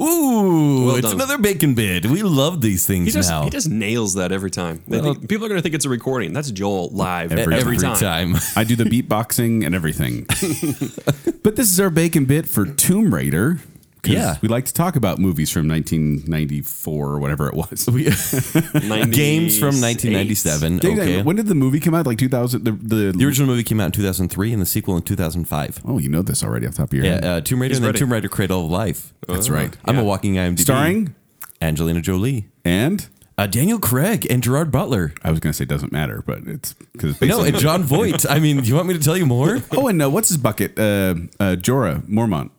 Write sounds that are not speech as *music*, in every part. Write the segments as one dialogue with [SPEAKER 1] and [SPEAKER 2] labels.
[SPEAKER 1] Ooh,
[SPEAKER 2] Well
[SPEAKER 1] it's
[SPEAKER 2] done.
[SPEAKER 1] another bacon bid. We love these things
[SPEAKER 2] He just,
[SPEAKER 1] now.
[SPEAKER 2] he just nails that every time. They
[SPEAKER 1] Well-
[SPEAKER 2] think, people are going to think it's a recording. That's Joel live
[SPEAKER 1] every,
[SPEAKER 2] every,
[SPEAKER 1] every
[SPEAKER 2] time.
[SPEAKER 1] time.
[SPEAKER 3] I do the beatboxing and
[SPEAKER 1] *laughs*
[SPEAKER 3] everything. but this is our bacon bit for Tomb Raider. 'cause
[SPEAKER 1] Yeah.
[SPEAKER 3] We like to talk about movies from 1994 or whatever it was.
[SPEAKER 1] We- *laughs* Games
[SPEAKER 2] 1997.
[SPEAKER 1] from 1997.
[SPEAKER 3] *laughs* Dang,
[SPEAKER 1] Okay.
[SPEAKER 3] When did the movie come out? Like 2000? The, the,
[SPEAKER 1] The original movie came out in 2003 and the sequel in 2005.
[SPEAKER 3] oh, you know this already off the top of your
[SPEAKER 1] Yeah,
[SPEAKER 3] head.
[SPEAKER 1] uh, Tomb Raider and then
[SPEAKER 2] ready.
[SPEAKER 1] Tomb Raider Cradle of Life.
[SPEAKER 3] That's right.
[SPEAKER 1] I'm a
[SPEAKER 2] Yeah.
[SPEAKER 1] walking IMDb.
[SPEAKER 3] Starring
[SPEAKER 1] Angelina Jolie,
[SPEAKER 3] and
[SPEAKER 1] uh, Daniel Craig, and Gerard Butler.
[SPEAKER 3] I was going to say doesn't matter, but it's because
[SPEAKER 1] No, and John Voight. I mean, do you want me to tell you more?
[SPEAKER 3] oh, and uh, what's his bucket? Uh, uh, Jorah Mormont.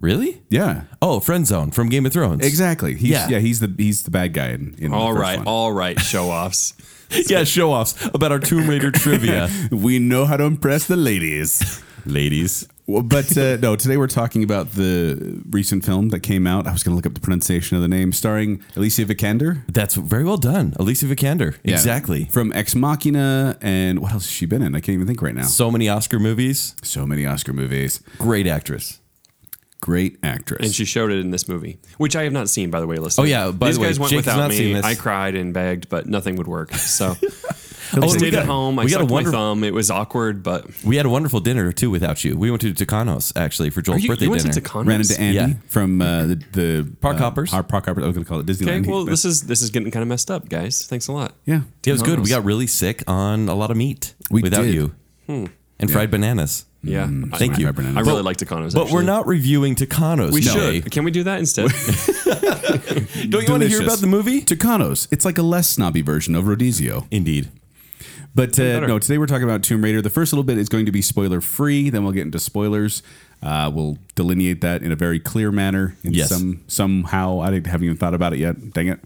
[SPEAKER 1] Really?
[SPEAKER 3] Yeah,
[SPEAKER 1] Oh, Friend Zone from Game of Thrones.
[SPEAKER 3] exactly. He's,
[SPEAKER 1] Yeah.
[SPEAKER 3] yeah, he's the he's the bad guy in, in
[SPEAKER 2] All
[SPEAKER 3] the first
[SPEAKER 2] right,
[SPEAKER 3] one.
[SPEAKER 2] all right, show offs.
[SPEAKER 1] *laughs* Yeah, show offs about our Tomb Raider trivia.
[SPEAKER 3] we know how to impress the ladies.
[SPEAKER 1] Ladies.
[SPEAKER 3] Well, but uh, no, today we're talking about the recent film that came out. I was going to look up the pronunciation of the name, starring Alicia Vikander.
[SPEAKER 1] That's very well done. Alicia Vikander.
[SPEAKER 3] Yeah.
[SPEAKER 1] Exactly.
[SPEAKER 3] From Ex Machina and what else has she been in? I can't even think right now.
[SPEAKER 1] So many Oscar movies.
[SPEAKER 3] So many Oscar movies.
[SPEAKER 1] Great actress.
[SPEAKER 3] Great
[SPEAKER 2] *laughs*
[SPEAKER 3] actress.
[SPEAKER 2] And she showed it in this movie, which I have not seen, by the way, listeners.
[SPEAKER 1] Oh, yeah, by
[SPEAKER 2] These
[SPEAKER 1] the way,
[SPEAKER 2] guys went
[SPEAKER 1] Jake has
[SPEAKER 2] without
[SPEAKER 1] not
[SPEAKER 2] me.
[SPEAKER 1] seen this. Oh,
[SPEAKER 2] I cried and begged, but nothing would work.
[SPEAKER 1] *laughs*
[SPEAKER 2] So
[SPEAKER 1] we
[SPEAKER 2] I stayed
[SPEAKER 1] got-
[SPEAKER 2] at home. I
[SPEAKER 1] we got a
[SPEAKER 2] sucked my
[SPEAKER 1] wonderful-
[SPEAKER 2] thumb. It was awkward, but
[SPEAKER 1] We had a wonderful dinner too without you. We went to Tucanos actually for Joel's
[SPEAKER 2] Oh, you,
[SPEAKER 1] Oh, birthday
[SPEAKER 2] you went
[SPEAKER 1] dinner.
[SPEAKER 2] to Taconics?
[SPEAKER 3] ran into Andy
[SPEAKER 1] Yeah.
[SPEAKER 3] from uh, the, the
[SPEAKER 1] Park
[SPEAKER 3] uh,
[SPEAKER 1] Hoppers.
[SPEAKER 3] our Park Hoppers. I was going to call it Disneyland.
[SPEAKER 2] Okay, well,
[SPEAKER 3] But-
[SPEAKER 2] this is this is getting kind of messed up, guys. Thanks a lot.
[SPEAKER 3] yeah,
[SPEAKER 1] Yeah, it was good. We got really sick on a lot of meat
[SPEAKER 3] We
[SPEAKER 1] without
[SPEAKER 3] did.
[SPEAKER 1] you,
[SPEAKER 2] Hmm.
[SPEAKER 1] and fried bananas.
[SPEAKER 2] Yeah, I-
[SPEAKER 1] Mm, Thank you.
[SPEAKER 3] fried bananas.
[SPEAKER 2] I really
[SPEAKER 3] But-
[SPEAKER 2] like Taconos.
[SPEAKER 1] But we're not reviewing Tucanos.
[SPEAKER 2] We
[SPEAKER 1] today.
[SPEAKER 2] should. Can we do that instead?
[SPEAKER 1] *laughs* Don't you want to hear
[SPEAKER 3] Delicious.
[SPEAKER 1] about the movie?
[SPEAKER 3] Tucanos. It's like a less snobby version of Rodizio.
[SPEAKER 1] Indeed.
[SPEAKER 3] But uh,
[SPEAKER 2] better.
[SPEAKER 3] no, today we're talking about Tomb Raider. The first little bit is going to be spoiler free. Then we'll get into spoilers. Uh, we'll delineate that in a very clear manner. In
[SPEAKER 1] Yes.
[SPEAKER 3] Some somehow I didn't- haven't even thought about it
[SPEAKER 1] *laughs*
[SPEAKER 3] yet. Dang it.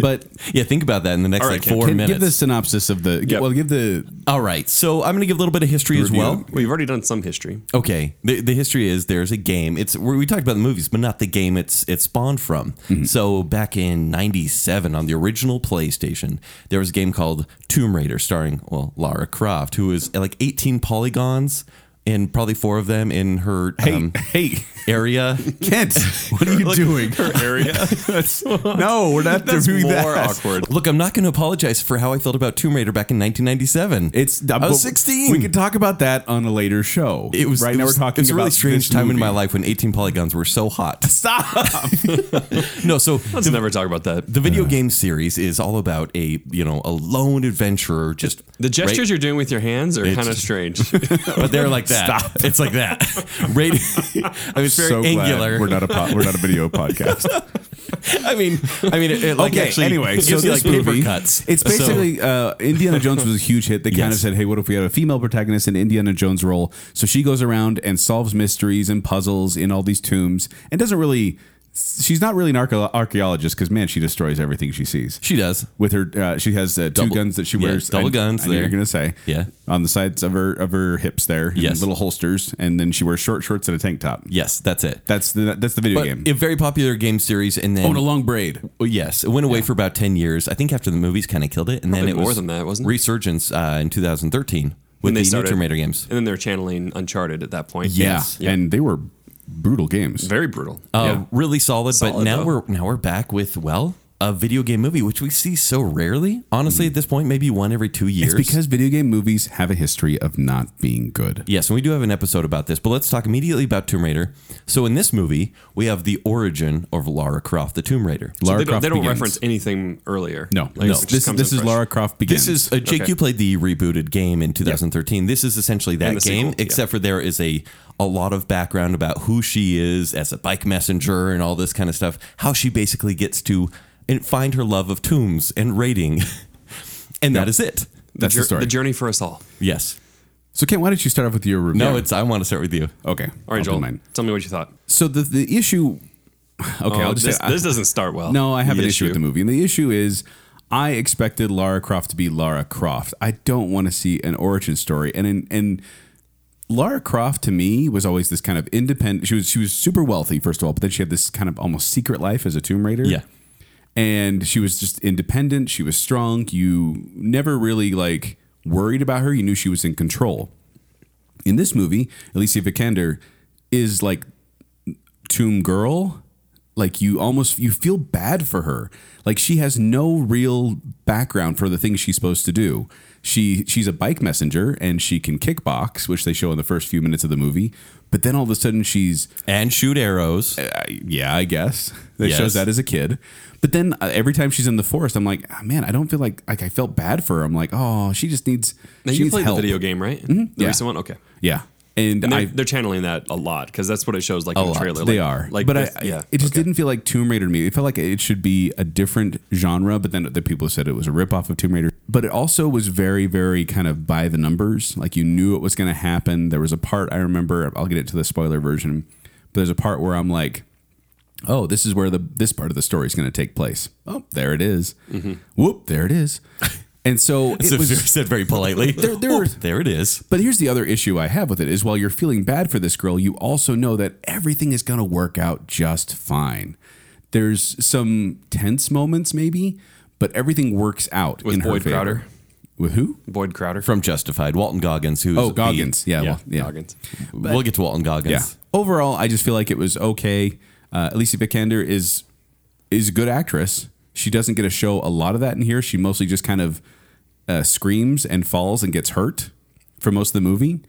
[SPEAKER 3] But
[SPEAKER 1] Yeah, think about that in the next
[SPEAKER 2] All right,
[SPEAKER 1] like
[SPEAKER 2] Ken.
[SPEAKER 1] four
[SPEAKER 3] can-
[SPEAKER 1] minutes.
[SPEAKER 3] give the synopsis of the.
[SPEAKER 2] Yep.
[SPEAKER 3] Well, give the.
[SPEAKER 1] All right. So I'm going to give a little bit of history as
[SPEAKER 3] Review.
[SPEAKER 1] well.
[SPEAKER 2] We've already done some history.
[SPEAKER 1] Okay. The, the history is there's a game. It's we we talked about the movies, but not the game it's it spawned from.
[SPEAKER 3] Mm-hmm.
[SPEAKER 1] So back in 97 on the original PlayStation, there was a game called Tomb Raider starring well Lara Croft who is uh, like 18 polygons and probably four of them in her um,
[SPEAKER 3] hey, *laughs*
[SPEAKER 1] area. *laughs*
[SPEAKER 3] Kent, what are you doing?
[SPEAKER 2] area.
[SPEAKER 3] *laughs* No, we're not
[SPEAKER 2] That's
[SPEAKER 3] doing
[SPEAKER 2] more
[SPEAKER 3] that.
[SPEAKER 2] awkward.
[SPEAKER 1] Look, I'm not going to apologize for how I felt about Tomb Raider back in 1997.
[SPEAKER 3] It's
[SPEAKER 1] I
[SPEAKER 3] well,
[SPEAKER 1] was 16.
[SPEAKER 3] We could talk about that on a later show.
[SPEAKER 1] it was
[SPEAKER 3] right
[SPEAKER 1] it
[SPEAKER 3] now.
[SPEAKER 1] was-
[SPEAKER 3] we're
[SPEAKER 1] It
[SPEAKER 3] talking
[SPEAKER 1] was a
[SPEAKER 3] about
[SPEAKER 1] really strange
[SPEAKER 3] this
[SPEAKER 1] time in
[SPEAKER 3] movie.
[SPEAKER 1] my life when 18 polygons were so hot.
[SPEAKER 3] *laughs* Stop.
[SPEAKER 1] *laughs* No,
[SPEAKER 3] *laughs*
[SPEAKER 1] so
[SPEAKER 2] Let's never talk about that.
[SPEAKER 1] The video game series is all about a you know a lone adventurer. Just
[SPEAKER 2] The gestures you're doing with your hands are
[SPEAKER 1] It's-
[SPEAKER 2] kind of strange.
[SPEAKER 3] *laughs*
[SPEAKER 1] right, *laughs* but they're like that. It's like that. Right? I mean, it's very
[SPEAKER 3] so
[SPEAKER 1] angular.
[SPEAKER 3] glad we're not a po- we're not
[SPEAKER 1] *laughs*
[SPEAKER 3] a video podcast.
[SPEAKER 1] I mean, I mean, it, it like actually
[SPEAKER 3] anyway,
[SPEAKER 1] gives
[SPEAKER 3] so
[SPEAKER 1] you
[SPEAKER 3] this
[SPEAKER 1] like paper
[SPEAKER 3] movie,
[SPEAKER 1] cuts.
[SPEAKER 3] It's
[SPEAKER 1] So-
[SPEAKER 3] basically uh,
[SPEAKER 1] *laughs*
[SPEAKER 3] Indiana Jones was a huge hit. They kind
[SPEAKER 1] Yes.
[SPEAKER 3] of said, "Hey, what if we had a female protagonist in Indiana Jones role?" So she goes around and solves mysteries and puzzles in all these tombs, and doesn't really. She's not really an archeo- archaeologist because man, she destroys everything she sees.
[SPEAKER 1] she does.
[SPEAKER 3] With her, uh, she has uh, two
[SPEAKER 1] Double-
[SPEAKER 3] guns that she
[SPEAKER 1] yeah,
[SPEAKER 3] wears.
[SPEAKER 1] double
[SPEAKER 3] I-
[SPEAKER 1] guns
[SPEAKER 3] I knew you
[SPEAKER 1] there.
[SPEAKER 3] were gonna say
[SPEAKER 1] Yeah.
[SPEAKER 3] on the sides of her of her hips there. and
[SPEAKER 1] Yes.
[SPEAKER 3] little holsters, and then she wears short shorts and a tank top.
[SPEAKER 1] Yes, that's it.
[SPEAKER 3] That's the that's the video
[SPEAKER 1] But
[SPEAKER 3] game.
[SPEAKER 1] a very popular game series, and then
[SPEAKER 3] Oh, and a long braid.
[SPEAKER 1] Well, yes, it went away for about ten years. I think after the movies kind of killed it, and
[SPEAKER 2] Probably
[SPEAKER 1] then it
[SPEAKER 2] more
[SPEAKER 1] was
[SPEAKER 2] than that, wasn't it?
[SPEAKER 1] resurgence uh, in 2013 with the new Tomb Raider games.
[SPEAKER 2] And then they're channeling Uncharted at that point.
[SPEAKER 3] Yeah.
[SPEAKER 2] Yeah.
[SPEAKER 3] And Oh, they were brutal games.
[SPEAKER 2] Very brutal.
[SPEAKER 1] Uh, Really solid, but
[SPEAKER 2] Solid,
[SPEAKER 1] now
[SPEAKER 2] though.
[SPEAKER 1] we're now we're back with well a video game movie, which we see so rarely. Honestly,
[SPEAKER 2] Mm.
[SPEAKER 1] at this point, maybe one every two years.
[SPEAKER 3] It's because video game movies have a history of not being good.
[SPEAKER 1] yes, and we do have an episode about this, but let's talk immediately about Tomb Raider. So in this movie, we have the origin of Lara Croft, the Tomb Raider.
[SPEAKER 2] So
[SPEAKER 3] Lara
[SPEAKER 2] they don't, they
[SPEAKER 3] Croft
[SPEAKER 2] don't
[SPEAKER 3] Begins.
[SPEAKER 2] reference anything earlier.
[SPEAKER 3] No,
[SPEAKER 2] Like, it
[SPEAKER 3] this,
[SPEAKER 2] just
[SPEAKER 3] this,
[SPEAKER 2] comes
[SPEAKER 3] this
[SPEAKER 2] in
[SPEAKER 3] is
[SPEAKER 2] fresh.
[SPEAKER 3] Lara Croft begins.
[SPEAKER 1] This is uh, Jake. You played the rebooted game in 2013. This is essentially that
[SPEAKER 2] the
[SPEAKER 1] game,
[SPEAKER 2] sequel, yeah.
[SPEAKER 1] except for there is a a lot of background about who she is as a bike messenger and all this kind of stuff. How she basically gets to and find her love of tombs and raiding, *laughs* and that is it.
[SPEAKER 3] that's
[SPEAKER 2] Jour-
[SPEAKER 3] the story.
[SPEAKER 2] journey for us all.
[SPEAKER 1] Yes.
[SPEAKER 3] so, Kent, why don't you start off with your review?
[SPEAKER 1] No, it's. I want to start with you.
[SPEAKER 3] okay.
[SPEAKER 2] All right,
[SPEAKER 3] I'll do
[SPEAKER 2] Joel.
[SPEAKER 3] mine.
[SPEAKER 2] Tell me what you thought.
[SPEAKER 3] So the the issue. *sighs* Okay,
[SPEAKER 2] Oh,
[SPEAKER 3] I'll just
[SPEAKER 2] this,
[SPEAKER 3] say I-
[SPEAKER 2] this doesn't start well.
[SPEAKER 3] No, I have
[SPEAKER 2] The
[SPEAKER 3] an issue. with the movie, and the issue is I expected Lara Croft to be Lara Croft. I don't want to see an origin story, and in, and Lara Croft to me was always this kind of independent. She was she was super wealthy first of all, but then she had this kind of almost secret life as a Tomb Raider.
[SPEAKER 1] Yeah.
[SPEAKER 3] and she was just independent. She was strong. You never really like worried about her. You knew she was in control. In this movie, Alicia Vikander is like Tomb Girl. like you almost you feel bad for her like she has no real background for the things she's supposed to do she she's a bike messenger and she can kickbox which they show in the first few minutes of the movie but then all of a sudden she's
[SPEAKER 1] and shoot *laughs* arrows.
[SPEAKER 3] I- uh, yeah, I guess *laughs* that
[SPEAKER 1] Yes.
[SPEAKER 3] shows that as a kid. But then uh, every time she's in the forest, I'm like, "Ah, man, I don't feel like like I felt bad for her. I'm like, oh, she just needs.
[SPEAKER 2] Now
[SPEAKER 3] she
[SPEAKER 2] you
[SPEAKER 3] needs
[SPEAKER 2] played
[SPEAKER 3] help.
[SPEAKER 2] the video game, right? The
[SPEAKER 3] Mm-hmm, yeah.
[SPEAKER 2] recent one? Okay.
[SPEAKER 3] Yeah, and,
[SPEAKER 2] And they're,
[SPEAKER 3] I
[SPEAKER 2] they're channeling that a lot because that's what it shows like in the
[SPEAKER 3] lot.
[SPEAKER 2] trailer.
[SPEAKER 3] They
[SPEAKER 2] like,
[SPEAKER 3] are,
[SPEAKER 2] Like,
[SPEAKER 3] but
[SPEAKER 2] this-
[SPEAKER 3] I,
[SPEAKER 2] yeah.
[SPEAKER 3] it just didn't feel like Tomb Raider to me. It felt like it should be a different genre, but then the people said it was a ripoff of Tomb Raider. But it also was very, very kind of by the numbers. Like you knew it was going to happen. There was a part I remember. I'll get it to the spoiler version, but there's a part where I'm like, "Oh, this is where the this part of the story is going to take place." Oh, there it is.
[SPEAKER 2] Mm-hmm.
[SPEAKER 3] Whoop, there it
[SPEAKER 2] *laughs*
[SPEAKER 3] is. And so it
[SPEAKER 1] So
[SPEAKER 3] was
[SPEAKER 1] said very politely.
[SPEAKER 3] *laughs* There- there
[SPEAKER 1] Oh,
[SPEAKER 3] were-
[SPEAKER 1] there it is.
[SPEAKER 3] but here's the other issue I have with it is while you're feeling bad for this girl, you also know that everything is going to work out just fine. There's some tense moments maybe, but everything works out
[SPEAKER 2] With
[SPEAKER 3] in her
[SPEAKER 2] Boyd
[SPEAKER 3] favor.
[SPEAKER 2] Crowder?
[SPEAKER 3] With who?
[SPEAKER 2] Boyd Crowder.
[SPEAKER 1] From Justified, Walton Goggins, who's
[SPEAKER 3] Oh,
[SPEAKER 1] the-
[SPEAKER 3] Goggins. yeah, well, yeah.
[SPEAKER 2] Goggins.
[SPEAKER 1] we'll get to Walton Goggins.
[SPEAKER 3] Yeah. Overall, I just feel like it was okay. Uh, Alicia Vikander is is a good actress. She doesn't get to show a lot of that in here. She mostly just kind of uh, screams and falls and gets hurt for most of the movie.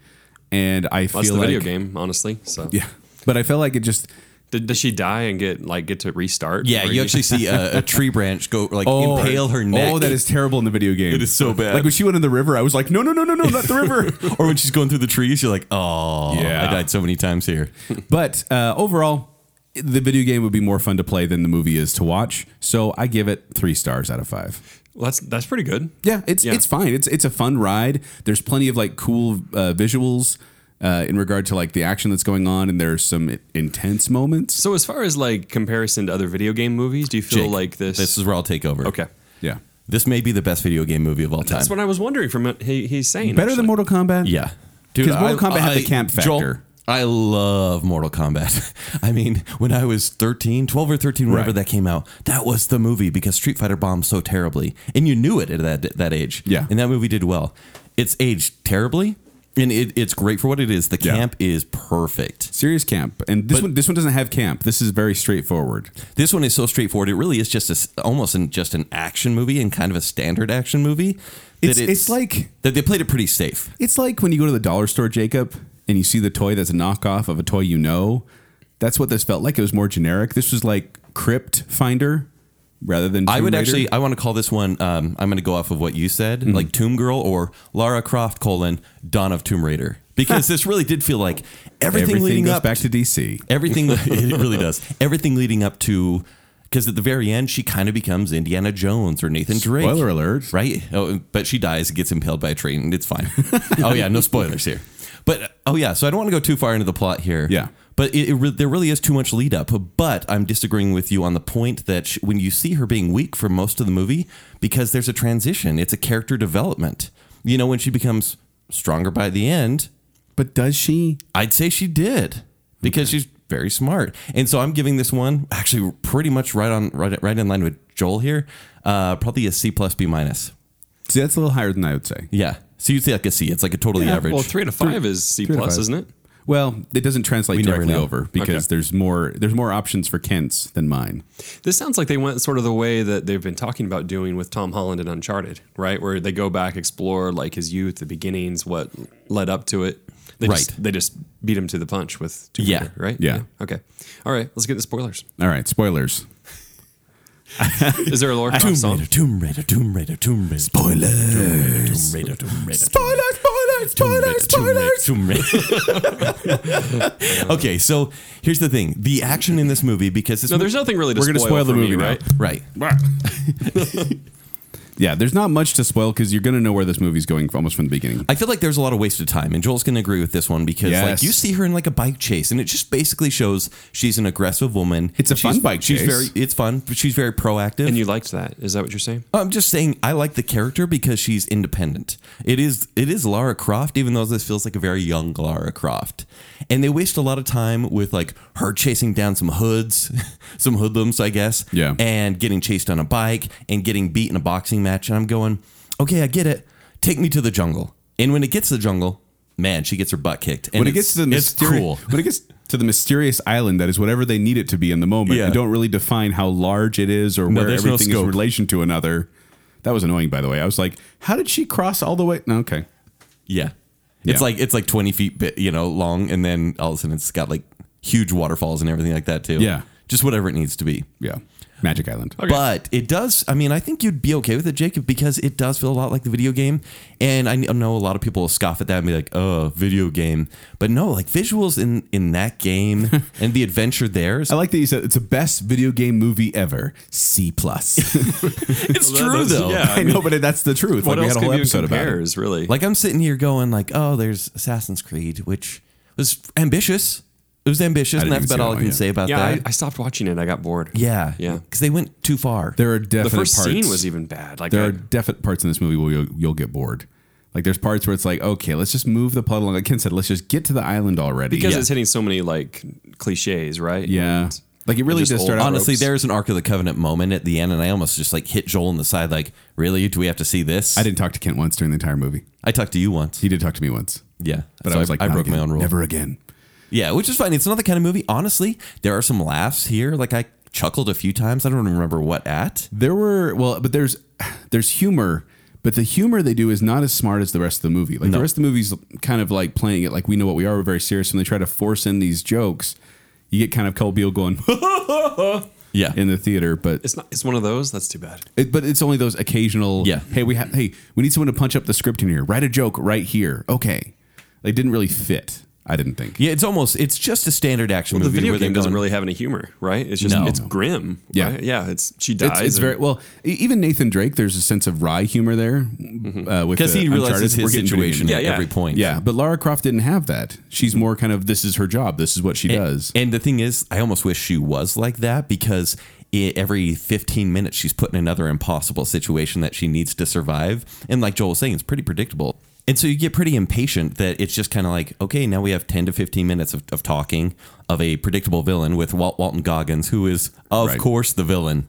[SPEAKER 3] And I
[SPEAKER 2] Well, it's
[SPEAKER 3] feel
[SPEAKER 2] the
[SPEAKER 3] like
[SPEAKER 2] video game, honestly. So
[SPEAKER 3] Yeah, *laughs* but I felt like it just
[SPEAKER 2] Did, does she die and get like get to restart?
[SPEAKER 1] Yeah,
[SPEAKER 2] Or *laughs*
[SPEAKER 1] you actually see a, a tree branch go like impale her neck.
[SPEAKER 3] *laughs* Oh, that is terrible in the video game.
[SPEAKER 1] It is so bad.
[SPEAKER 3] Like when she went in the river, I was like, no, no, no, no, no, not the river.
[SPEAKER 1] *laughs* *laughs* or when she's going through the trees, you're like, oh,
[SPEAKER 3] Yeah.
[SPEAKER 1] I died so many times here.
[SPEAKER 3] but uh, overall, the video game would be more fun to play than the movie is to watch. So I give it three stars out of five.
[SPEAKER 2] Well, that's that's pretty good.
[SPEAKER 3] Yeah, it's
[SPEAKER 2] Yeah.
[SPEAKER 3] it's fine. It's it's a fun ride. There's plenty of like cool uh, visuals uh, in regard to like the action that's going on, and there's some intense moments.
[SPEAKER 2] So as far as like comparison to other video game movies, do you feel
[SPEAKER 1] Jake,
[SPEAKER 2] like this?
[SPEAKER 1] This is where I'll take over.
[SPEAKER 2] okay.
[SPEAKER 3] Yeah,
[SPEAKER 1] This may be the best video game movie of all time.
[SPEAKER 2] That's what I was wondering from what he, he's saying.
[SPEAKER 3] better than
[SPEAKER 2] actually.
[SPEAKER 3] Mortal Kombat.
[SPEAKER 1] yeah.
[SPEAKER 3] 'Cause Mortal Kombat had the camp
[SPEAKER 1] Joel,
[SPEAKER 3] factor.
[SPEAKER 1] I love Mortal Kombat. *laughs* I mean, when I was 13, 12 or 13, whenever
[SPEAKER 3] Right.
[SPEAKER 1] that came out, that was the movie because Street Fighter bombed so terribly. And you knew it at that, that age.
[SPEAKER 3] Yeah.
[SPEAKER 1] And that movie did well. It's aged terribly, and it, it's great for what it is. The
[SPEAKER 3] Yeah.
[SPEAKER 1] camp is perfect.
[SPEAKER 3] serious camp, and this one this one doesn't have camp. This is very straightforward.
[SPEAKER 1] This one is so straightforward. It really is just a, s- almost an, just an action movie and kind of a standard action movie. that
[SPEAKER 3] It's- it's like-
[SPEAKER 1] that they played it pretty safe.
[SPEAKER 3] It's like when you go to the dollar store, Jacob, and you see the toy that's a knockoff of a toy you know. That's what this felt like. It was more generic. This was like Crypt Finder rather than.
[SPEAKER 1] I
[SPEAKER 3] Tomb
[SPEAKER 1] would
[SPEAKER 3] Raider. Mm-hmm.
[SPEAKER 1] actually, I want to call this one. Um, I'm going to go off of what you said, like Tomb Girl or Lara Croft colon Dawn of Tomb Raider,
[SPEAKER 3] *laughs*
[SPEAKER 1] because this really did feel like everything,
[SPEAKER 3] everything
[SPEAKER 1] leading
[SPEAKER 3] goes
[SPEAKER 1] up
[SPEAKER 3] back to DC.
[SPEAKER 1] Everything *laughs* it really does. Everything leading up to because at the very end she kind of becomes Indiana Jones or Nathan Drake.
[SPEAKER 3] Spoiler alert.
[SPEAKER 1] right? Oh, but she dies, gets impaled by a tree, and it's fine. *laughs* oh yeah, no spoilers here. But oh yeah, so I don't want to go too far into the plot here.
[SPEAKER 3] Yeah.
[SPEAKER 1] But it, it re- there really is too much lead up. But I'm disagreeing with you on the point that sh when you see her being weak for most of the movie, because there's a transition, it's a character development. You know, when she becomes stronger by the end,
[SPEAKER 3] But does she?
[SPEAKER 1] I'd say she did because she's very smart. And so I'm giving this one actually pretty much right on right right in line with Joel here. Uh, probably a C plus B minus.
[SPEAKER 3] See, that's a little higher than I would say.
[SPEAKER 1] Yeah. So you'd say like a C. It's like a totally
[SPEAKER 2] Yeah,
[SPEAKER 1] average.
[SPEAKER 2] Well, three out of five is C
[SPEAKER 3] three out of
[SPEAKER 2] plus,
[SPEAKER 3] five.
[SPEAKER 2] isn't it?
[SPEAKER 3] Well, it doesn't translate
[SPEAKER 1] never
[SPEAKER 3] directly
[SPEAKER 1] know.
[SPEAKER 3] over because
[SPEAKER 2] Okay.
[SPEAKER 3] there's more there's more options for Kent's than mine.
[SPEAKER 2] This sounds like they went sort of the way that they've been talking about doing with Tom Holland in Uncharted, right? Where they go back, explore like his youth, the beginnings, what led up to it. They
[SPEAKER 1] Right.
[SPEAKER 2] Just, they just beat him to the punch with Tomb
[SPEAKER 1] Yeah.
[SPEAKER 2] Raider, right?
[SPEAKER 3] Yeah.
[SPEAKER 2] Okay. All right. Let's get the spoilers.
[SPEAKER 3] All right, spoilers.
[SPEAKER 2] Is
[SPEAKER 1] *laughs*
[SPEAKER 2] there a Lara Croft
[SPEAKER 1] Tomb
[SPEAKER 2] song?
[SPEAKER 1] Raider, Tomb Raider, Tomb Raider, Tomb Raider. Spoilers. Tomb Raider, Tomb Raider.
[SPEAKER 3] spoilers,
[SPEAKER 1] Tomb Raider,
[SPEAKER 3] *laughs*
[SPEAKER 1] Tomb Raider. okay, so here's the thing: the action in this movie, because this
[SPEAKER 2] No, there's nothing really to
[SPEAKER 3] We're gonna
[SPEAKER 2] spoil,
[SPEAKER 3] spoil the
[SPEAKER 2] for me,
[SPEAKER 3] movie now.
[SPEAKER 2] right?
[SPEAKER 1] right.
[SPEAKER 3] *laughs* Yeah, there's not much to spoil because you're going to know where this movie's going almost from the beginning.
[SPEAKER 1] I feel like there's a lot of wasted time, and Joel's going to agree with this one because like
[SPEAKER 3] Yes.
[SPEAKER 1] you see her in like a bike chase, and it just basically shows she's an aggressive woman.
[SPEAKER 3] It's a
[SPEAKER 1] She's-
[SPEAKER 3] fun bike
[SPEAKER 1] She's
[SPEAKER 3] chase.
[SPEAKER 1] very, it's fun, but she's very proactive.
[SPEAKER 2] And you liked that. Is that what you're saying?
[SPEAKER 1] I'm just saying, I like the character because she's independent. It is, it is Lara Croft, even though this feels like a very young Lara Croft. And they waste a lot of time with like her chasing down some hoods, *laughs* some hoodlums, I guess.
[SPEAKER 3] Yeah.
[SPEAKER 1] And getting chased on a bike and getting beat in a boxing match. And I'm going, okay, I get it. Take me to the jungle. And when it gets to the jungle, man, she gets her butt kicked. And
[SPEAKER 3] When it
[SPEAKER 1] it's-
[SPEAKER 3] gets to the
[SPEAKER 1] it's
[SPEAKER 3] mysteri-
[SPEAKER 1] cool.
[SPEAKER 3] when it gets to the mysterious island that is whatever they need it to be in the moment
[SPEAKER 1] Yeah.
[SPEAKER 3] and don't really define how large it is or where
[SPEAKER 1] there's no
[SPEAKER 3] everything is in
[SPEAKER 1] scope.
[SPEAKER 3] relation to another. That was annoying, by the way. I was like, how did she cross all the way? No, Okay.
[SPEAKER 1] Yeah.
[SPEAKER 3] Yeah.
[SPEAKER 1] It's like it's like 20 feet bi- you know long and then all of a sudden it's got like huge waterfalls and everything like that too.
[SPEAKER 3] Yeah.
[SPEAKER 1] Just whatever it needs to be.
[SPEAKER 3] Yeah. Magic Island.
[SPEAKER 1] But it does. I mean, I think you'd be okay with it, Jacob, because it does feel a lot like the video game. And I kn- I know a lot of people will scoff at that and be like, "Oh, video game." But no, like visuals in in that
[SPEAKER 3] *laughs*
[SPEAKER 1] game and the adventure there is
[SPEAKER 3] I like that you said it's the best video game movie ever. C
[SPEAKER 2] *laughs*
[SPEAKER 3] plus.
[SPEAKER 1] it's true
[SPEAKER 2] that's-
[SPEAKER 1] though.
[SPEAKER 2] yeah.
[SPEAKER 3] *laughs* I, know, but that's the truth.
[SPEAKER 2] What
[SPEAKER 3] like we
[SPEAKER 2] else
[SPEAKER 3] had a
[SPEAKER 2] can
[SPEAKER 3] whole
[SPEAKER 2] you
[SPEAKER 3] episode about it.
[SPEAKER 2] compares, really?
[SPEAKER 1] Like I'm sitting here going like, "Oh, there's Assassin's Creed," which was ambitious. It was ambitious, and
[SPEAKER 3] didn't
[SPEAKER 1] that's
[SPEAKER 3] even
[SPEAKER 1] about
[SPEAKER 3] see
[SPEAKER 1] all
[SPEAKER 3] that
[SPEAKER 1] I
[SPEAKER 3] one,
[SPEAKER 1] can
[SPEAKER 3] yeah.
[SPEAKER 1] say about
[SPEAKER 2] yeah,
[SPEAKER 1] that.
[SPEAKER 2] I, I stopped watching it. I got bored.
[SPEAKER 1] yeah,
[SPEAKER 2] Yeah.
[SPEAKER 1] because they went too far.
[SPEAKER 3] There are definite
[SPEAKER 2] The first
[SPEAKER 3] parts.
[SPEAKER 2] scene was even bad. Like
[SPEAKER 3] there
[SPEAKER 2] I-
[SPEAKER 3] are definite parts in this movie where you'll, you'll get bored. Like there's parts where it's like, okay, let's just move the plot along. Like Ken said, let's just get to the island already.
[SPEAKER 2] because
[SPEAKER 3] yeah.
[SPEAKER 2] it's hitting so many like cliches, right?
[SPEAKER 3] yeah.
[SPEAKER 2] And-
[SPEAKER 3] Like it really
[SPEAKER 2] It's
[SPEAKER 3] just,
[SPEAKER 2] just
[SPEAKER 3] started
[SPEAKER 2] old-
[SPEAKER 3] out.
[SPEAKER 1] Honestly,
[SPEAKER 2] ropes.
[SPEAKER 1] there's an Ark of the Covenant moment at the end, and I almost just like hit Joel in the side, like, "Really? Do we have to see this?"
[SPEAKER 3] I didn't talk to Kent once during the entire movie.
[SPEAKER 1] I talked to you once.
[SPEAKER 3] He did talk to me once.
[SPEAKER 1] Yeah,
[SPEAKER 3] But
[SPEAKER 1] So
[SPEAKER 3] I was like,
[SPEAKER 1] I
[SPEAKER 3] "Not
[SPEAKER 1] broke my
[SPEAKER 3] again.
[SPEAKER 1] own rule.
[SPEAKER 3] Never again.
[SPEAKER 1] Yeah, which is fine. It's not the kind of movie. Honestly, there are some laughs here. Like I chuckled a few times. I don't even remember what at.
[SPEAKER 3] There were well, but there's there's humor, but the humor they do is not as smart as the rest of the movie. Like the rest of the movie's kind of like playing it like we know what we are, we're very serious, and they try to force in these jokes. You get kind of Cole Beal going *laughs*
[SPEAKER 1] Yeah,
[SPEAKER 3] in the theater, but
[SPEAKER 2] It's not. It's one of those. That's too bad.
[SPEAKER 3] it, but it's only those occasional.
[SPEAKER 1] Yeah.
[SPEAKER 3] Hey, we have. Hey, we need someone to punch up the script in here. Write a joke right here. Okay. They didn't really fit. I didn't think.
[SPEAKER 1] yeah. It's almost. It's just a standard action
[SPEAKER 2] The
[SPEAKER 1] movie.
[SPEAKER 2] video
[SPEAKER 1] where they're
[SPEAKER 2] game doesn't
[SPEAKER 1] going-
[SPEAKER 2] really have any humor, right? It's just
[SPEAKER 1] No.
[SPEAKER 2] it's grim.
[SPEAKER 3] Yeah.
[SPEAKER 2] right? yeah. It's she dies.
[SPEAKER 3] It's, it's
[SPEAKER 2] and-
[SPEAKER 3] very well. e- Even Nathan Drake, there's a sense of wry humor there, uh, with
[SPEAKER 1] because Mm-hmm.
[SPEAKER 3] the
[SPEAKER 1] he realizes
[SPEAKER 3] Uncharted. We're
[SPEAKER 1] his
[SPEAKER 3] getting video
[SPEAKER 1] situation
[SPEAKER 3] game.
[SPEAKER 2] Yeah,
[SPEAKER 1] at
[SPEAKER 2] yeah.
[SPEAKER 1] every point.
[SPEAKER 3] Yeah, but Lara Croft didn't have that. She's more kind of this is her job. This is what she does.
[SPEAKER 1] And the thing is, I almost wish she was like that because i every 15 minutes she's put in another impossible situation that she needs to survive. And like Joel was saying, it's pretty predictable. And so you get pretty impatient that it's just kind of like, okay, now we have 10 to 15 minutes of, of talking of a predictable villain with Walt Walton Goggins, who is, of
[SPEAKER 3] Right.
[SPEAKER 1] course, the villain.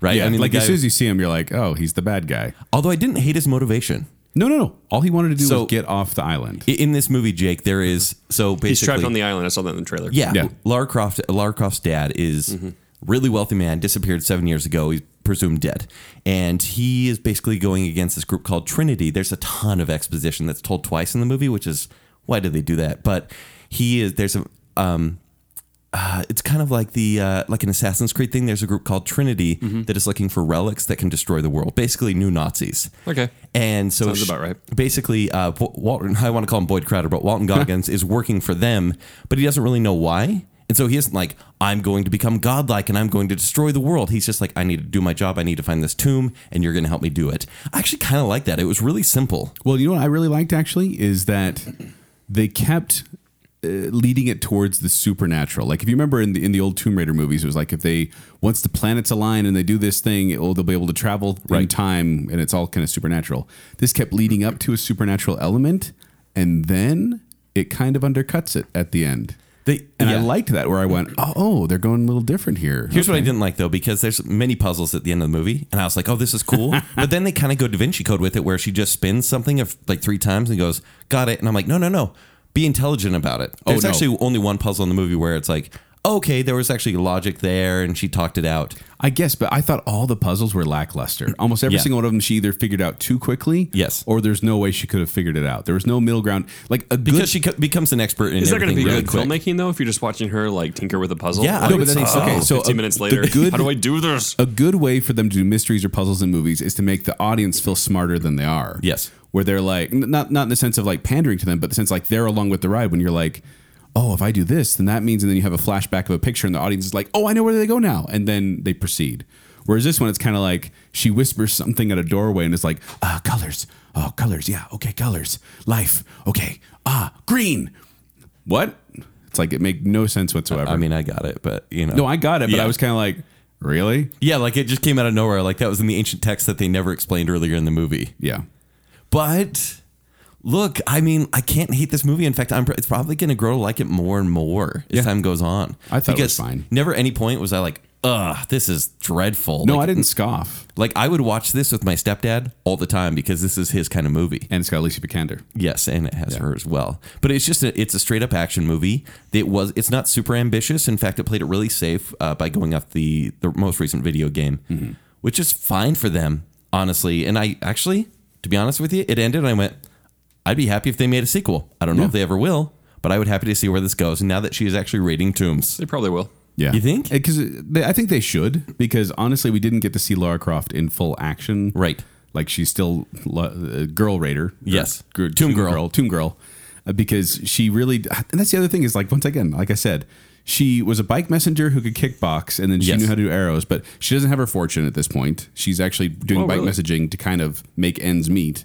[SPEAKER 1] Right?
[SPEAKER 3] yeah,
[SPEAKER 1] I mean, the
[SPEAKER 3] like as
[SPEAKER 1] guy-
[SPEAKER 3] soon as you see him, you're like, oh, he's the bad guy.
[SPEAKER 1] although I didn't hate his motivation.
[SPEAKER 3] No, no, no. All he wanted to do
[SPEAKER 1] So-
[SPEAKER 3] was get off the island.
[SPEAKER 1] I- In this movie, Jake, there is so basically
[SPEAKER 2] He's trapped on the island. I saw that in the trailer.
[SPEAKER 1] Yeah.
[SPEAKER 3] Yeah.
[SPEAKER 1] Lara Croft Lara Croft's dad is really wealthy man, disappeared seven years ago. He's presumed dead. And he is basically going against this group called Trinity. There's a ton of exposition that's told twice in the movie, which is why did they do that? But he is there's a um uh, it's kind of like the uh, like an Assassin's Creed thing. There's a group called Trinity that is looking for relics that can destroy the world, basically new Nazis.
[SPEAKER 2] Okay.
[SPEAKER 1] And so
[SPEAKER 2] Sounds
[SPEAKER 1] sh-
[SPEAKER 2] about right.
[SPEAKER 1] Basically, uh, Wa- Walton, *laughs* I want to call him Boyd Crowder, but Walton Goggins is working for them, but he doesn't really know why. And so he isn't like, I'm going to become godlike and I'm going to destroy the world. He's just like, I need to do my job. I need to find this tomb and you're going to help me do it. I actually kind of like that. It was really simple.
[SPEAKER 3] Well, you know what I really liked actually is that they kept uh, leading it towards the supernatural. Like if you remember in the in the old Tomb Raider movies, it was like if they once the planets align and they do this thing, it, will they'll be able to travel in time, and it's all kind of supernatural. This kept leading up to a supernatural element, and then it kind of undercuts it at the end.
[SPEAKER 1] They,
[SPEAKER 3] And I
[SPEAKER 1] yeah.
[SPEAKER 3] liked that where I went, oh, oh, they're going a little different here.
[SPEAKER 1] Here's what I didn't like though, because there's many puzzles at the end of the movie, and I was like, "Oh, this is
[SPEAKER 3] *laughs*
[SPEAKER 1] cool," but then they kind of go Da Vinci Code with it, where she just spins something of like three times and goes, "Got it," and I'm like, "No, no, no, be intelligent about it." There's
[SPEAKER 3] Oh, no.
[SPEAKER 1] actually only one puzzle in the movie where it's like, "Okay, there was actually logic there," and she talked it out.
[SPEAKER 3] I guess, but I thought all the puzzles were lackluster. Almost every
[SPEAKER 1] Yeah.
[SPEAKER 3] single one of them she either figured out too quickly,
[SPEAKER 1] Yes.
[SPEAKER 3] or there's no way she could have figured it out. There was no middle ground. Like a
[SPEAKER 1] Because
[SPEAKER 3] good,
[SPEAKER 1] she co- becomes an expert in
[SPEAKER 2] Is that going to
[SPEAKER 1] everything
[SPEAKER 2] be
[SPEAKER 1] really
[SPEAKER 2] good
[SPEAKER 1] quick.
[SPEAKER 2] filmmaking though? If you're just watching her like tinker with a puzzle,
[SPEAKER 1] Yeah, I
[SPEAKER 2] like,
[SPEAKER 1] would say so.
[SPEAKER 2] "Oh,
[SPEAKER 1] Okay,
[SPEAKER 3] so
[SPEAKER 2] 15
[SPEAKER 3] a-
[SPEAKER 2] minutes
[SPEAKER 3] the
[SPEAKER 2] later, *laughs*
[SPEAKER 3] good- uh,
[SPEAKER 2] how do I do this?
[SPEAKER 3] a good way for them to do mysteries or puzzles in movies is to make the audience feel smarter than they are.
[SPEAKER 1] Yes.
[SPEAKER 3] where they're like, n- not not in the sense of like pandering to them, but the sense like they're along with the ride. When you're like, oh, if I do this, then that means, and then you have a flashback of a picture, and the audience is like, oh, I know where they go now, and then they proceed. Whereas this one, it's kind of like she whispers something at a doorway, and it's like, ah, colors, oh, colors, yeah, okay, colors, life, okay, ah, green, what? It's like it made no sense whatsoever.
[SPEAKER 1] I mean, I got it, but you know,
[SPEAKER 3] no, I got it, but
[SPEAKER 1] Yeah.
[SPEAKER 3] I was kind of like, really?
[SPEAKER 1] yeah, like it just came out of nowhere. Like that was in the ancient text that they never explained earlier in the movie.
[SPEAKER 3] Yeah.
[SPEAKER 1] But look, I mean, I can't hate this movie. In fact, I'm pr- it's probably going to grow to like it more and more as time goes on.
[SPEAKER 3] I thought it
[SPEAKER 1] Because
[SPEAKER 3] was fine.
[SPEAKER 1] Never any point was I like, ugh, this is dreadful.
[SPEAKER 3] No,
[SPEAKER 1] like,
[SPEAKER 3] I didn't scoff.
[SPEAKER 1] Like I would watch this with my stepdad all the time because this is his kind of movie.
[SPEAKER 3] And it's got Alicia Vikander.
[SPEAKER 1] Yes, and it has her as well. But it's just a, it's a straight up action movie. It was it's not super ambitious. In fact, it played it really safe uh, by going off the the most recent video game,
[SPEAKER 2] Mm-hmm.
[SPEAKER 1] which is fine for them, honestly. And I actually, to be honest with you, it ended. and I went, I'd be happy if they made a sequel. I don't know if they ever will, but I would happy to see where this goes. And now that she is actually raiding tombs,
[SPEAKER 2] They probably will.
[SPEAKER 3] Yeah.
[SPEAKER 1] You think?
[SPEAKER 3] Because I think they should, because honestly, we didn't get to see Lara Croft in full action.
[SPEAKER 1] Right.
[SPEAKER 3] Like she's still la- uh, Girl Raider.
[SPEAKER 1] Yes.
[SPEAKER 3] Gr-
[SPEAKER 1] Tomb Girl.
[SPEAKER 3] Tomb Girl. Uh, because she really. uh, And that's the other thing is like, once again, like I said, she was a bike messenger who could kickbox and then she
[SPEAKER 1] Yes.
[SPEAKER 3] knew how to do arrows, but she doesn't have her fortune at this point. She's actually doing
[SPEAKER 2] Oh,
[SPEAKER 3] bike
[SPEAKER 2] really?
[SPEAKER 3] messaging to kind of make ends meet.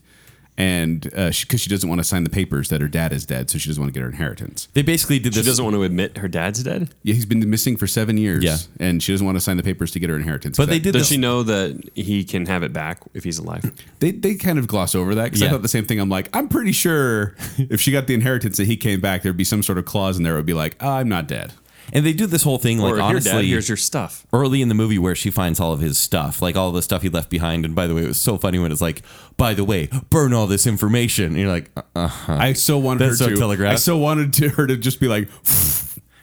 [SPEAKER 3] And because she, 'cause she doesn't want to sign the papers that her dad is dead, so she doesn't want to get her inheritance.
[SPEAKER 1] they basically did
[SPEAKER 2] She
[SPEAKER 1] this.
[SPEAKER 2] doesn't want to admit her dad's dead.
[SPEAKER 3] Yeah, he's been missing for seven years.
[SPEAKER 1] Yeah.
[SPEAKER 3] And she doesn't want to sign the papers to get her inheritance.
[SPEAKER 1] but they did
[SPEAKER 2] Does
[SPEAKER 1] this.
[SPEAKER 2] she know that he can have it back if he's alive?
[SPEAKER 3] They, they kind of gloss over that because I
[SPEAKER 1] Yeah.
[SPEAKER 3] thought the same thing. I'm like, I'm pretty *laughs* sure if she got the inheritance that he came back, there'd be some sort of clause in there. that would be like, "Ah, I'm not dead.
[SPEAKER 1] and they do this whole thing like
[SPEAKER 2] or
[SPEAKER 1] honestly.
[SPEAKER 2] your dad, here's your stuff.
[SPEAKER 1] early in the movie where she finds all of his stuff, like all the stuff he left behind. And by the way, it was so funny when it's like, by the way, burn all this information. And you're like, uh, uh,
[SPEAKER 3] I so wanted
[SPEAKER 1] That's
[SPEAKER 3] her
[SPEAKER 1] so
[SPEAKER 3] to.
[SPEAKER 1] telegraphed.
[SPEAKER 3] I so wanted to, her to just be like, *laughs*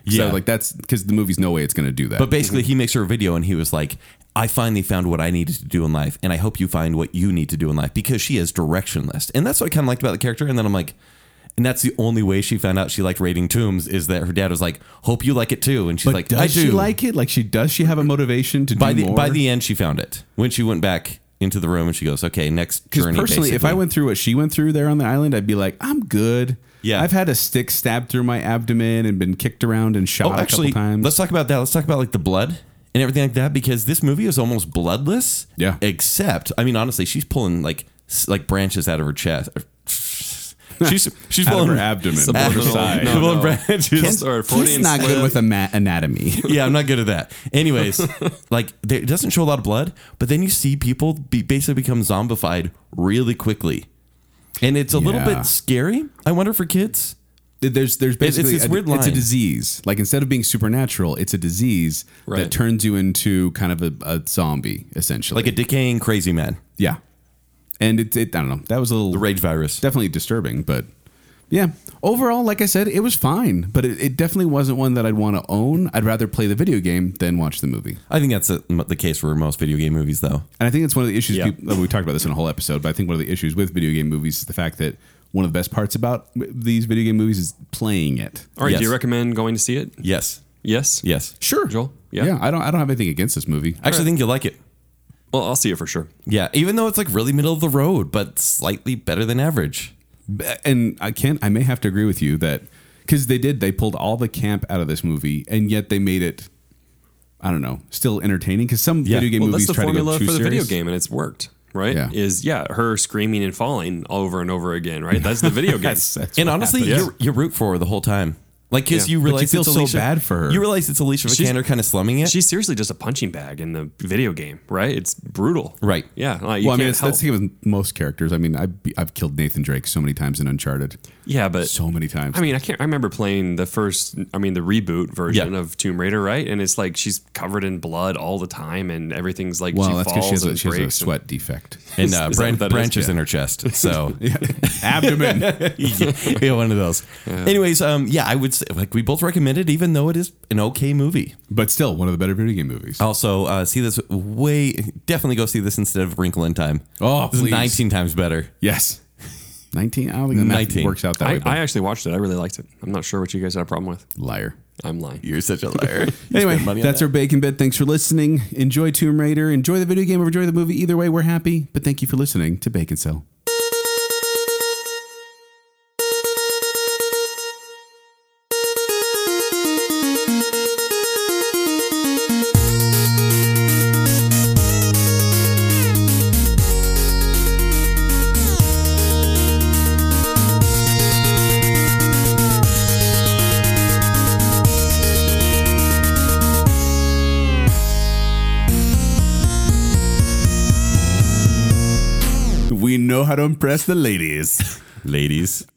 [SPEAKER 3] yeah,
[SPEAKER 1] Yeah.
[SPEAKER 3] like that's because the movie's no way it's going to do that.
[SPEAKER 1] but basically he makes her a video and he was like, I finally found what I needed to do in life. And I hope you find what you need to do in life because she is directionless. And that's what I kind of liked about the character. And then I'm like, and that's the only way she found out she liked raiding tombs is that her dad was like, hope you like it too. And she's
[SPEAKER 3] But
[SPEAKER 1] like,
[SPEAKER 3] does
[SPEAKER 1] I do.
[SPEAKER 3] she like it? Like she does? She have a motivation to
[SPEAKER 1] by
[SPEAKER 3] do
[SPEAKER 1] the,
[SPEAKER 3] more?
[SPEAKER 1] by the end, she found it when she went back into the room and she goes, okay, next journey.
[SPEAKER 3] personally, if
[SPEAKER 1] basically.
[SPEAKER 3] I went through what she went through there on the island, I'd be like, I'm good.
[SPEAKER 1] Yeah.
[SPEAKER 3] I've had a stick stabbed through my abdomen and been kicked around and shot
[SPEAKER 1] Oh, actually,
[SPEAKER 3] a couple times.
[SPEAKER 1] let's talk about that. Let's talk about like the blood and everything like that because this movie is almost bloodless.
[SPEAKER 3] Yeah.
[SPEAKER 1] Except, I mean, honestly, she's pulling like s- like branches out of her chest.
[SPEAKER 3] *laughs*
[SPEAKER 1] She's she's
[SPEAKER 3] Out of
[SPEAKER 1] pulling
[SPEAKER 3] her abdomen,
[SPEAKER 1] She's
[SPEAKER 3] out
[SPEAKER 2] of her
[SPEAKER 1] pulling-
[SPEAKER 2] side.
[SPEAKER 1] she's pulling
[SPEAKER 2] No, no.
[SPEAKER 1] branches.
[SPEAKER 2] Or Freudian
[SPEAKER 3] He's not
[SPEAKER 2] slip.
[SPEAKER 3] good with ama- anatomy.
[SPEAKER 1] *laughs* yeah, I'm not good at that. Anyways,
[SPEAKER 2] *laughs*
[SPEAKER 1] like there, it doesn't show a lot of blood, but then you see people be, basically become zombified really quickly, and it's a little
[SPEAKER 3] Yeah.
[SPEAKER 1] bit scary. I wonder for kids.
[SPEAKER 3] there's there's
[SPEAKER 1] It's- it's
[SPEAKER 3] basically
[SPEAKER 1] this weird
[SPEAKER 3] a, it's a
[SPEAKER 1] line.
[SPEAKER 3] disease. Like instead of being supernatural, it's a disease that
[SPEAKER 2] Right.
[SPEAKER 3] turns you into kind of a, a zombie essentially.
[SPEAKER 1] Like a decaying crazy man,
[SPEAKER 3] yeah, and it, it I don't know. That was a little
[SPEAKER 1] the rage virus.
[SPEAKER 3] definitely disturbing, but yeah. Overall, like I said, it was fine, but it, it definitely wasn't one that I'd want to own. I'd rather play the video game than watch the movie.
[SPEAKER 1] I think that's a, the case for most video game movies, though.
[SPEAKER 3] And I think it's one of the issues.
[SPEAKER 1] Yeah.
[SPEAKER 3] People, we talked about this in a whole episode, but I think one of the issues with video game movies is the fact that one of the best parts about these video game movies is playing it.
[SPEAKER 2] All right,
[SPEAKER 1] Yes.
[SPEAKER 2] do you recommend going to see it?
[SPEAKER 1] Yes.
[SPEAKER 2] Yes.
[SPEAKER 1] Yes.
[SPEAKER 3] Sure,
[SPEAKER 2] Joel?
[SPEAKER 3] Yeah.
[SPEAKER 2] Yeah.
[SPEAKER 3] I don't. I don't have anything against this movie.
[SPEAKER 1] I actually think you'll like it.
[SPEAKER 2] Well, I'll see it for sure.
[SPEAKER 1] Yeah, even though it's like really middle of the road, but slightly better than average.
[SPEAKER 3] and I can't. I may have to agree with you that because they did. They pulled all the camp out of this movie, and yet they made it. I don't know. Still entertaining because some
[SPEAKER 1] Yeah.
[SPEAKER 3] video game
[SPEAKER 2] Well, that's
[SPEAKER 3] movies
[SPEAKER 2] the
[SPEAKER 3] try to go
[SPEAKER 2] formula
[SPEAKER 3] too
[SPEAKER 2] for the video
[SPEAKER 3] serious.
[SPEAKER 2] game, and it's worked, right?
[SPEAKER 3] Yeah.
[SPEAKER 2] Is yeah, her screaming and falling over and over again, right? That's the video game.
[SPEAKER 3] That's, that's
[SPEAKER 1] and
[SPEAKER 3] what
[SPEAKER 1] honestly,
[SPEAKER 3] happened.
[SPEAKER 2] happens.
[SPEAKER 1] you you root for her the whole time. Like, because
[SPEAKER 2] Yeah.
[SPEAKER 1] you
[SPEAKER 2] But
[SPEAKER 1] realize
[SPEAKER 3] you
[SPEAKER 1] it's
[SPEAKER 3] feel so
[SPEAKER 1] Alicia-
[SPEAKER 3] bad for her.
[SPEAKER 1] You realize it's Alicia
[SPEAKER 2] She's-
[SPEAKER 1] Vikander kind of slumming it.
[SPEAKER 2] She's seriously just a punching bag in the video game, right? It's brutal,
[SPEAKER 1] Right.
[SPEAKER 2] Yeah. Like, you
[SPEAKER 3] well, I mean,
[SPEAKER 2] can't
[SPEAKER 3] it's,
[SPEAKER 2] help.
[SPEAKER 3] that's the thing with most characters. I mean, I, I've killed Nathan Drake so many times in Uncharted,
[SPEAKER 2] yeah, but
[SPEAKER 3] so many times.
[SPEAKER 2] I mean, I can't. I remember playing the first. I mean, the reboot version
[SPEAKER 1] Yeah.
[SPEAKER 2] of Tomb Raider, right? And it's like she's covered in blood all the time, and everything's like
[SPEAKER 3] well,
[SPEAKER 2] she
[SPEAKER 3] that's
[SPEAKER 2] falls
[SPEAKER 3] because she has a,
[SPEAKER 2] and
[SPEAKER 3] she has a
[SPEAKER 2] breaks. and-
[SPEAKER 3] sweat defect.
[SPEAKER 1] and uh,
[SPEAKER 2] Is that
[SPEAKER 1] bran-
[SPEAKER 2] what that is?
[SPEAKER 1] branches in her chest. So,
[SPEAKER 3] *laughs*
[SPEAKER 1] *laughs*
[SPEAKER 3] Abdomen.
[SPEAKER 1] yeah, yeah, one of those. Anyways, um, yeah, I would say, like, we both recommend it, even though it is an okay movie.
[SPEAKER 3] but still, one of the better video game movies.
[SPEAKER 1] Also, uh, see this way, definitely go see this instead of Wrinkle in Time.
[SPEAKER 3] Oh,
[SPEAKER 1] this
[SPEAKER 3] please.
[SPEAKER 1] is 19 times better.
[SPEAKER 3] *laughs* Yes. 19? I don't think the math
[SPEAKER 1] 19.
[SPEAKER 3] works out that way.
[SPEAKER 2] I,
[SPEAKER 3] but-
[SPEAKER 2] I actually watched it. I really liked it. I'm not sure what you guys had a problem with.
[SPEAKER 3] Liar.
[SPEAKER 2] I'm lying.
[SPEAKER 1] You're such a
[SPEAKER 3] *laughs*
[SPEAKER 1] liar. You
[SPEAKER 3] Anyway,
[SPEAKER 1] spend money on
[SPEAKER 3] that's
[SPEAKER 1] that.
[SPEAKER 3] our bacon bit. Thanks for listening. Enjoy Tomb Raider. Enjoy the video game or enjoy the movie. Either way, we're happy. But thank you for listening to Bacon Cell. We know how to impress the ladies. *laughs*
[SPEAKER 1] ladies.